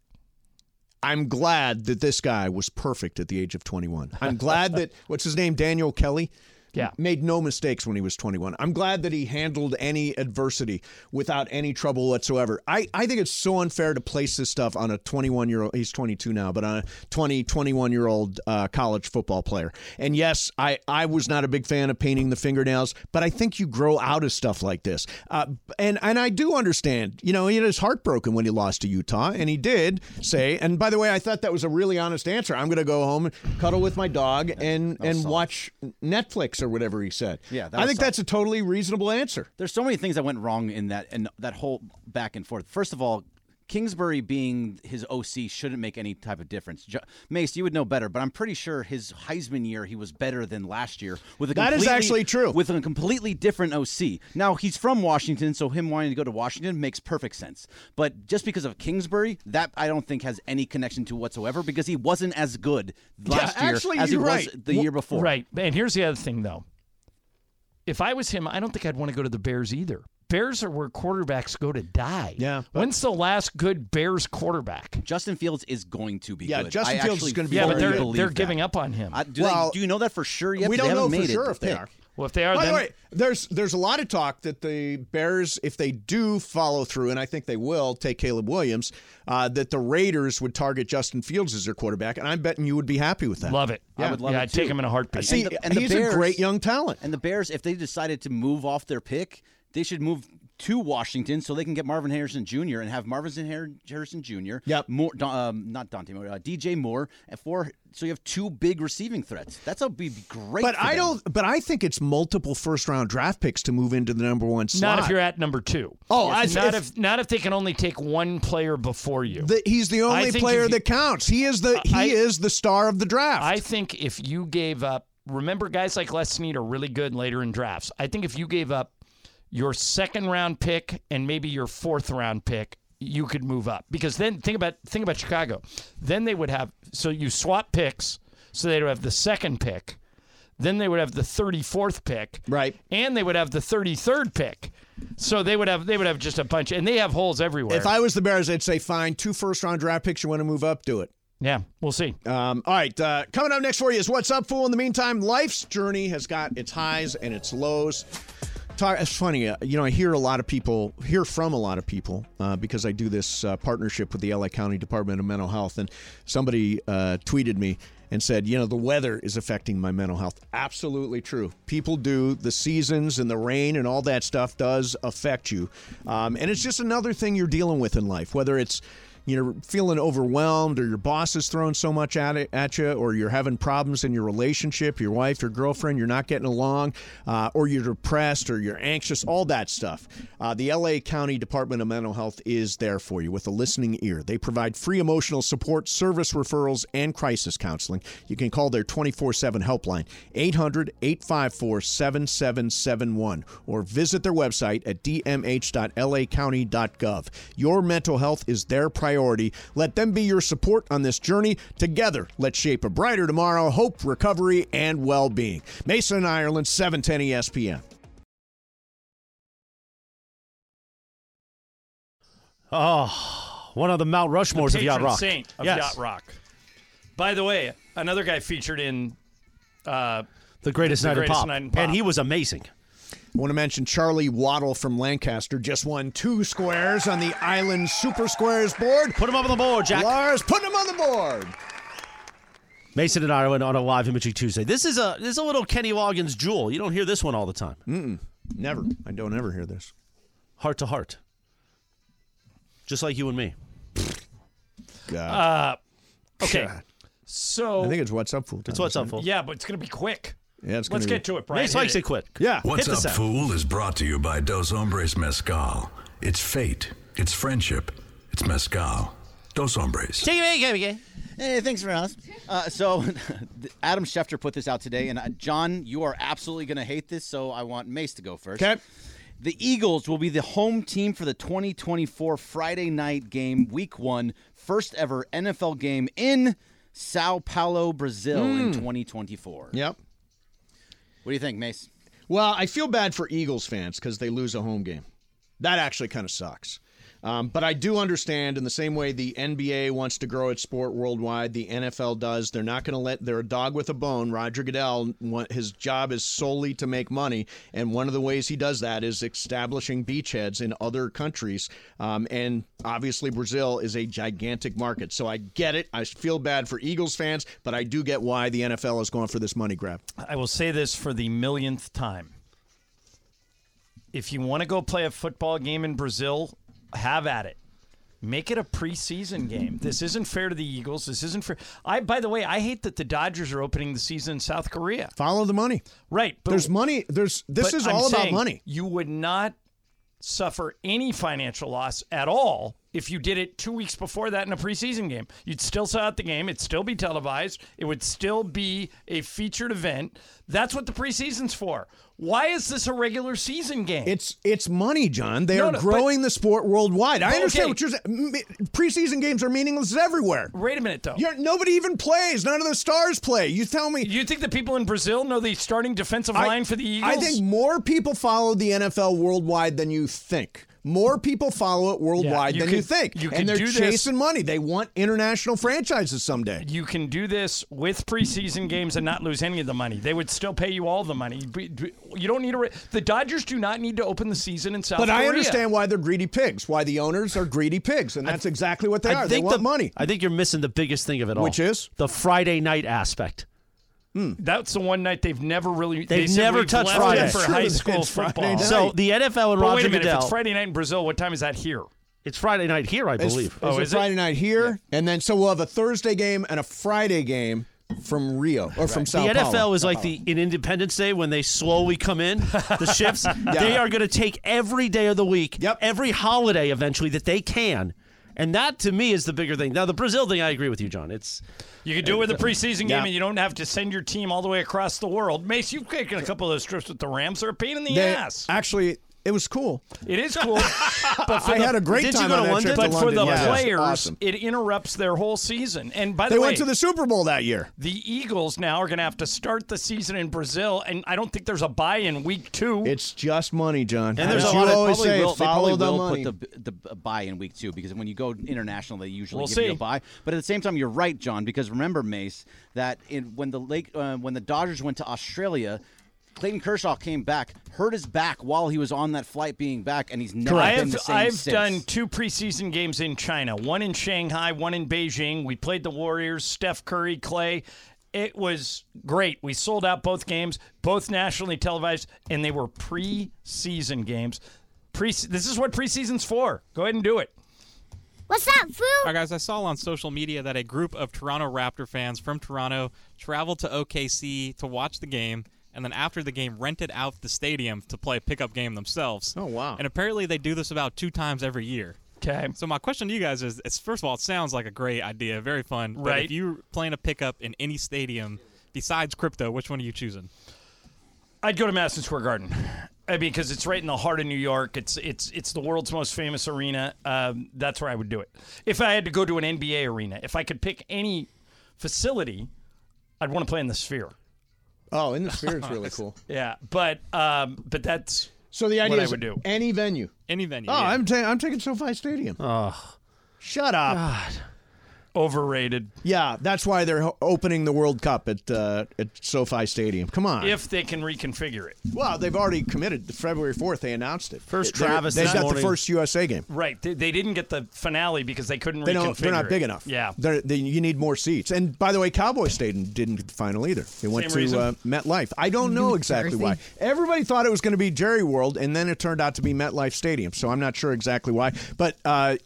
I'm glad that this guy was perfect at the age of 21. I'm glad that what's his name, Daniel Kelly,
yeah,
made no mistakes when he was 21. I'm glad that he handled any adversity without any trouble whatsoever. I, I think it's so unfair to place this stuff on a 21 year old. He's 22 now, but on a 20 21 year old uh, college football player. And yes, I I was not a big fan of painting the fingernails, but I think you grow out of stuff like this. Uh, and and I do understand. You know, it is heartbroken when he lost to Utah, and he did say. And by the way, I thought that was a really honest answer. I'm going to go home and cuddle with my dog and and watch Netflix or whatever he said.
Yeah, that
I
was
think
soft.
that's a totally reasonable answer.
There's so many things that went wrong in that and that whole back and forth. First of all, Kingsbury being his OC shouldn't make any type of difference. Jo- Mace, you would know better, but I'm pretty sure his Heisman year he was better than last year with a
That is
completely-
actually true.
with a completely different OC. Now he's from Washington, so him wanting to go to Washington makes perfect sense. But just because of Kingsbury, that I don't think has any connection to whatsoever because he wasn't as good last year
actually,
as he
you're
was
right.
the year before.
Right. And here's the other thing, though. If I was him, I don't think I'd want to go to the Bears either. Bears are where quarterbacks go to die. Yeah. When's the last good Bears quarterback?
Justin Fields is going to be
Yeah,
good. I
Justin Fields is
actually
gonna be
fully
Yeah, but they're-
believe
they're
that.
giving up on him.
I- do,
Well,
they, do you know that for sure yet?
we
They
don't
haven't
know for
made it
sure
to
if they
pick.
are.
Well, if they are,
By
then-
the way, there's there's a lot of talk that the Bears, if they do follow through, and I think they will take Caleb Williams, uh, that the Raiders would target Justin Fields as their quarterback, and I'm betting you would be happy with that.
Love it.
I would love it too.
See,
And the-
and
and the
he's
Bears-
a great young talent.
And the Bears, if they decided to move off their pick, they should move to Washington so they can get Marvin Harrison Jr. and have Marvin Har- Harrison Jr. Yep. More, Don- um, not Dante Moore, uh, DJ Moore at four. So you have two big receiving threats. That's a be great.
But
for
I
them.
don't. But I think it's multiple first round draft picks to move into the number one slot.
Not if you're at number two.
Oh, I-
not
if-
if, not if they can only take one player before you.
The- he's the
I
only
think if
player
you-
that counts. He is the he
I-
is the star of the draft.
I think if you gave up, remember guys like Les Snead are really good later in drafts. I think if you gave up your second round pick and maybe your fourth round pick, you could move up because then think about think about Chicago. Then they would have so you swap picks, so they would have the second pick, then they would have the thirty fourth pick, right, and they would have the thirty third pick. So they would have they would have just a bunch, and they have holes everywhere.
If I was the Bears, I'd say fine. Two first round draft picks. You want to move up? Do it.
Yeah, we'll see.
Um, all right, uh, coming up next for you is what's up, fool. In the meantime, life's journey has got its highs and its lows. Talk, it's funny, uh, you know, I hear a lot of people, hear from a lot of people, uh, because I do this uh, partnership with the LA County Department of Mental Health, and somebody uh, tweeted me and said, you know, the weather is affecting my mental health. Absolutely true. People do. The seasons and the rain and all that stuff does affect you, um, and it's just another thing you're dealing with in life, whether it's you're feeling overwhelmed or your boss is throwing so much at it at you or you're having problems in your relationship your wife your girlfriend you're not getting along uh, or you're depressed or you're anxious all that stuff uh, the la county department of mental health is there for you with a listening ear they provide free emotional support service referrals and crisis counseling you can call their 24-7 helpline 800-854-7771 or visit their website at dmh.lacounty.gov your mental health is their priority. Let them be your support on this journey. Together, let's shape a brighter tomorrow, hope, recovery, and well being. Mason and Ireland, E 710 ESPN.
Oh, one of the Mount Rushmores of Yacht
patron
Rock.
saint of
Yes.
Yacht Rock. By the way, another guy featured in uh,
The greatest,
The
night,
Greatest
in pop.
Night in Pop.
And he was amazing.
I want to mention Charlie Waddle from Lancaster just won two squares on the Island Super Squares board. Put
him up on the board, Jack.
Lars, put him on the board.
Mason and Ireland on a live imagery Tuesday. This is a this is a little Kenny Loggins jewel. You don't hear this one all the time.
Mm-mm, never. I don't ever hear this.
Heart to heart, just like you and me.
Uh, okay.
God.
So
I think it's What's Up Fool.
It's
time,
What's
isn't
Up
it?
Fool.
yeah, but it's gonna be quick.
Yeah, it's
Let's
gonna
get
be-
to it, Brian.
Nice,
Hit
like, say
it.
quick.
Yeah.
What's
Hit the
Up,
sound.
Fool is brought to you by Dos Hombres Mezcal. It's fate, it's friendship, it's mezcal. Dos Hombres.
Take it away,
Hey, thanks for us. Uh, so, Adam Schefter put this out today, and uh, John, you are absolutely going to hate this, so I want Mace to go first. Okay. The Eagles will be the home team for the 2024 Friday night game, week one, first ever NFL game in Sao Paulo, Brazil in
Hmm.
Mm.
2024.
Yep.
What do you think, Mace?
Well, I feel bad for Eagles fans because they lose a home game. That actually kind of sucks. Um, but I do understand, in the same way the NBA wants to grow its sport worldwide, the NFL does. They're not going to let, they're a dog with a bone. Roger Goodell, wa- his job is solely to make money. And one of the ways he does that is establishing beachheads in other countries. Um, and obviously, Brazil is a gigantic market. So I get it. I feel bad for Eagles fans, but I do get why the NFL is going for this money grab.
I will say this for the millionth time. If you want to go play a football game in Brazil, have at it. Make it a preseason game. This isn't fair to the Eagles. This isn't fair. I, by the way, I hate that the Dodgers are opening the season in South Korea.
Follow the money.
Right. But
There's money. There's this
but
is
I'm
all about
saying
money.
You would not suffer any financial loss at all if you did it two weeks before that in a preseason game. You'd still sell out the game. It'd still be televised. It would still be a featured event. That's what the preseason's for. Why is this a regular season game?
It's it's money, John. They
No,
are
no, but-
growing the sport worldwide. I
Okay.
understand what you're saying. M- Preseason games are meaningless everywhere.
Wait a minute, though.
You're, nobody even plays. None of the stars play. You tell me.
You think the people in Brazil know the starting defensive line for the Eagles?
I think more people follow the NFL worldwide than you think. More people follow it worldwide
you
than
could-
you think.
you could
and they're
do this-
chasing money. They want international franchises someday.
you can do this with preseason games and not lose any of the money. They would still pay you all the money. You don't need a. Re- the Dodgers do not need to open the season in South
But
Korea.
I understand why they're greedy pigs, why the owners are greedy pigs, and that's exactly what they
I
are. They
think
want
the-
money.
I think you're missing the biggest thing of it all,
Which
is the Friday night aspect.
That's the one night they've never really.
They've
they said
never
we've
touched
left
Friday.
it for
That's
high
true.
school
It's Friday
football.
night. So the NFL and
but
Roger
wait a minute, If
Goodell-
it's Friday night in Brazil. What time is that here?
It's Oh, Friday night here, I
It's-
believe.
It's, a Friday night here, and then so we'll have a Thursday game and a Friday game from Rio or from Sao
the NFL
Paulo.
is like the in Independence Day when they slowly come in the shifts. They are going to take every day of the week, every holiday eventually that they can, and that to me is the bigger thing. Now the Brazil thing, I agree with you, John. It's
You could do it with a preseason game,
Yeah.
and you don't have to send your team all the way across the world. Mace, you've taken a couple of those trips with the Rams. They're a pain in the
They-
ass.
Actually, it was cool.
It is cool. but
I had a great Did you time go on to that London? trip to
But for
London,
the
yeah. It was
players,
awesome.
it interrupts their whole season. And by
They
the way,
went to the Super Bowl that year.
the Eagles now are going to have to start the season in Brazil, and I don't think there's a buy in week two.
It's just money, John.
And there's
As
a
you
lot of
always
probably
say,
will, they
follow
probably
the
will
money.
put the, the buy in week two because when you go international, they usually
We'll
give you
see.
a buy. But at the same time, you're right, John, because remember, Mace, that in, when the Lake uh, when the Dodgers went to Australia. Clayton Kershaw came back, hurt his back while he was on that flight being back, and he's never
I
been
have,
the same
I've
since.
done two preseason games in China, one in Shanghai, one in Beijing. We played the Warriors, Steph Curry, Clay. It was great. We sold out both games, both nationally televised, and they were preseason games. Pre- this is what preseason's for. Go ahead and do it.
What's up, fool? All right, guys, I saw on social media that a group of Toronto Raptor fans from Toronto traveled to OKC to watch the game, and then after the game, rented out the stadium to play a pickup game themselves. Oh, wow. And apparently they do this about two times every year.
Okay.
So my question to you guys is, is first of all, it sounds like a great idea, very fun. But
Right.
if you're playing a pickup in any stadium besides crypto, which one are you choosing?
I'd go to Madison Square Garden. I mean, because it's right in the heart of New York. It's it's it's the world's most famous arena. Um, that's where I would do it. If I had to go to an NBA arena, if I could pick any facility, I'd want to play in the Sphere.
Oh, in the sphere is really cool.
Yeah, but um, but that's
So the idea
what I
is
would do.
any venue.
Any venue.
Oh, I'm, ta- I'm taking SoFi Stadium.
Oh,
Shut up.
overrated.
Yeah, that's why they're ho- opening the World Cup at uh, at SoFi Stadium. Come on.
If they can reconfigure it,
well, they've already committed. The February fourth, they announced it.
First
They-
Travis
They
this
got the
morning.
first USA game.
right? They, they didn't get the finale because they couldn't
They
reconfigure.
don't. They're not big
it.
enough.
Yeah,
They're, they, you need more seats. And by the way, Cowboy Stadium didn't get the final either. They went
Same reason?
to uh, MetLife. I don't know
New
exactly
Jersey?
why. Everybody thought it was going to be Jerry World, and then it turned out to be MetLife Stadium. So I'm not sure exactly why. But uh,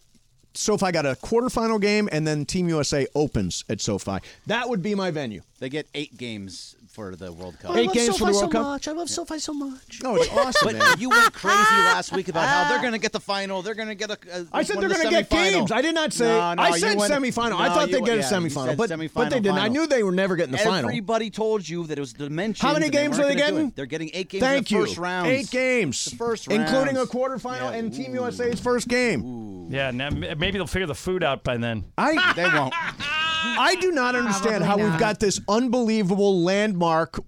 SoFi got a quarterfinal game, and then Team USA opens at SoFi. That would be my venue.
They get eight games for the World Cup.
Oh, I Eight love games for SoFi the World so Cup?
much. I love SoFi so much.
No, it's awesome,
But
man.
you went crazy last week about how they're going to get the final. They're going to get a. a
I said
one
they're
of the
going to get
semifinal.
games. I did not say.
No, no,
I
you
said
went-
semifinal. I
no,
thought they'd
you
get
went-
a
yeah, you
semifinal,
said
but but they
semifinal,
didn't. I
final.
knew they were never getting the final.
Everybody told you that it was dimension.
How many games are they getting?
They're getting eight games.
Thank
in the
you.
First round.
Eight games.
The first round.
including a quarterfinal and Team USA's first game.
yeah. Now maybe they'll figure the food out by then.
I
they won't.
I do not understand
Probably
how
not.
we've got this unbelievable landmark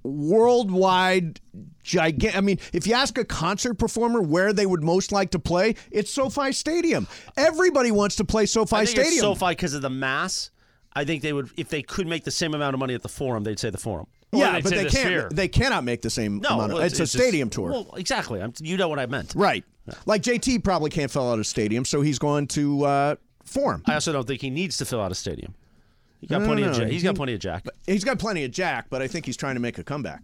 worldwide gigantic. I mean, if you ask a concert performer where they would most like to play, it's SoFi Stadium. Everybody wants to play SoFi
I think
Stadium.
it's SoFi because of the mass. I think they would if they could make the same amount of money at the Forum, they'd say the Forum.
yeah, but they can't. They cannot make the same
No,
amount. Of,
well,
it's, a stadium tour.
Well, exactly. I'm, you know what I meant.
Right. Like JT probably can't fill out a stadium, so he's going to uh, form.
I also don't think he needs to fill out a stadium. He got
No, no,
plenty of
no.
jack. He's got
He-
plenty of jack.
He's got plenty of jack, but I think he's trying to make a comeback.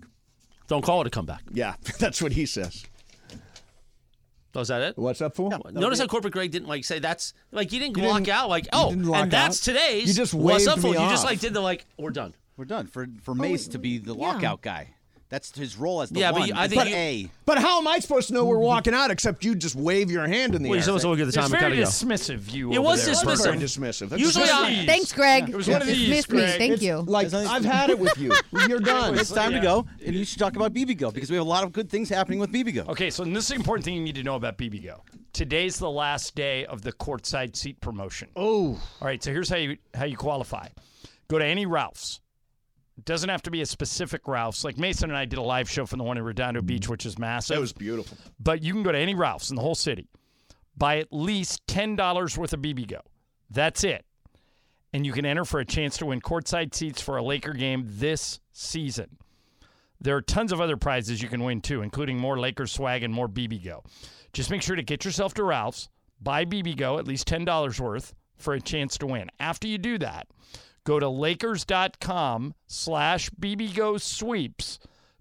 Don't call it a comeback.
Yeah, that's what he says.
Was Oh, that it?
What's up, fool?
Notice how corporate Greg didn't like say that's like you didn't
You
block
didn't-
out like
you
oh
didn't
and
lock
that's
out.
today's
You just
what's up
waved
fool.
me
You just
off.
like did the like we're done.
We're done for for Mace to be the lockout guy. That's his role as the
Yeah, but
one.
you- I
It's
think
not
you-
a.
But how am I supposed to know we're walking out except you just wave your hand in the
Well,
air?
you're supposed to look at the
It's very dismissive. You.
It
over
was
there,
dismissive.
Burger.
Very dismissive. That's Usually
One of
I-
these.
Thanks, Greg.
It was one of
Dismiss
these.
me.
Greg.
Thank you.
Like I've had it with you. You're done.
It's time to go, and you should talk about BBGO because we have a lot of good things happening with BBGO.
Okay, so this is the important thing you need to know about BBGO. Today's the last day of the courtside seat promotion.
Oh.
All right, so here's how you how you qualify. Go to any Ralph's. It doesn't have to be a specific Ralph's. Like Mason and I did a live show from the one in Redondo Beach, which is massive. Mm-hmm. That was
beautiful.
But you can go to any Ralph's in the whole city. Buy at least $10 worth of BBGO. That's it and you can enter for a chance to win courtside seats for a Laker game this season. There are tons of other prizes you can win too, including more Lakers swag and more BBGO. Just make sure to get yourself to Ralph's, buy BBGO, at least $10 worth, for a chance to win. After you do that, go to lakers.com slash BBGO sweeps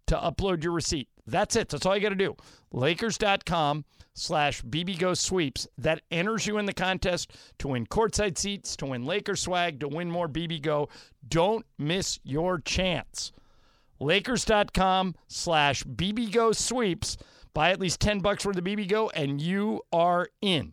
to upload your receipt. That's it. That's all you got to do. Lakers.com slash BBGO sweeps. That enters you in the contest to win courtside seats, to win Lakers swag, to win more BBGO. Don't miss your chance. Lakers.com slash BBGO sweeps. Buy at least 10 bucks worth of BBGO and you are in.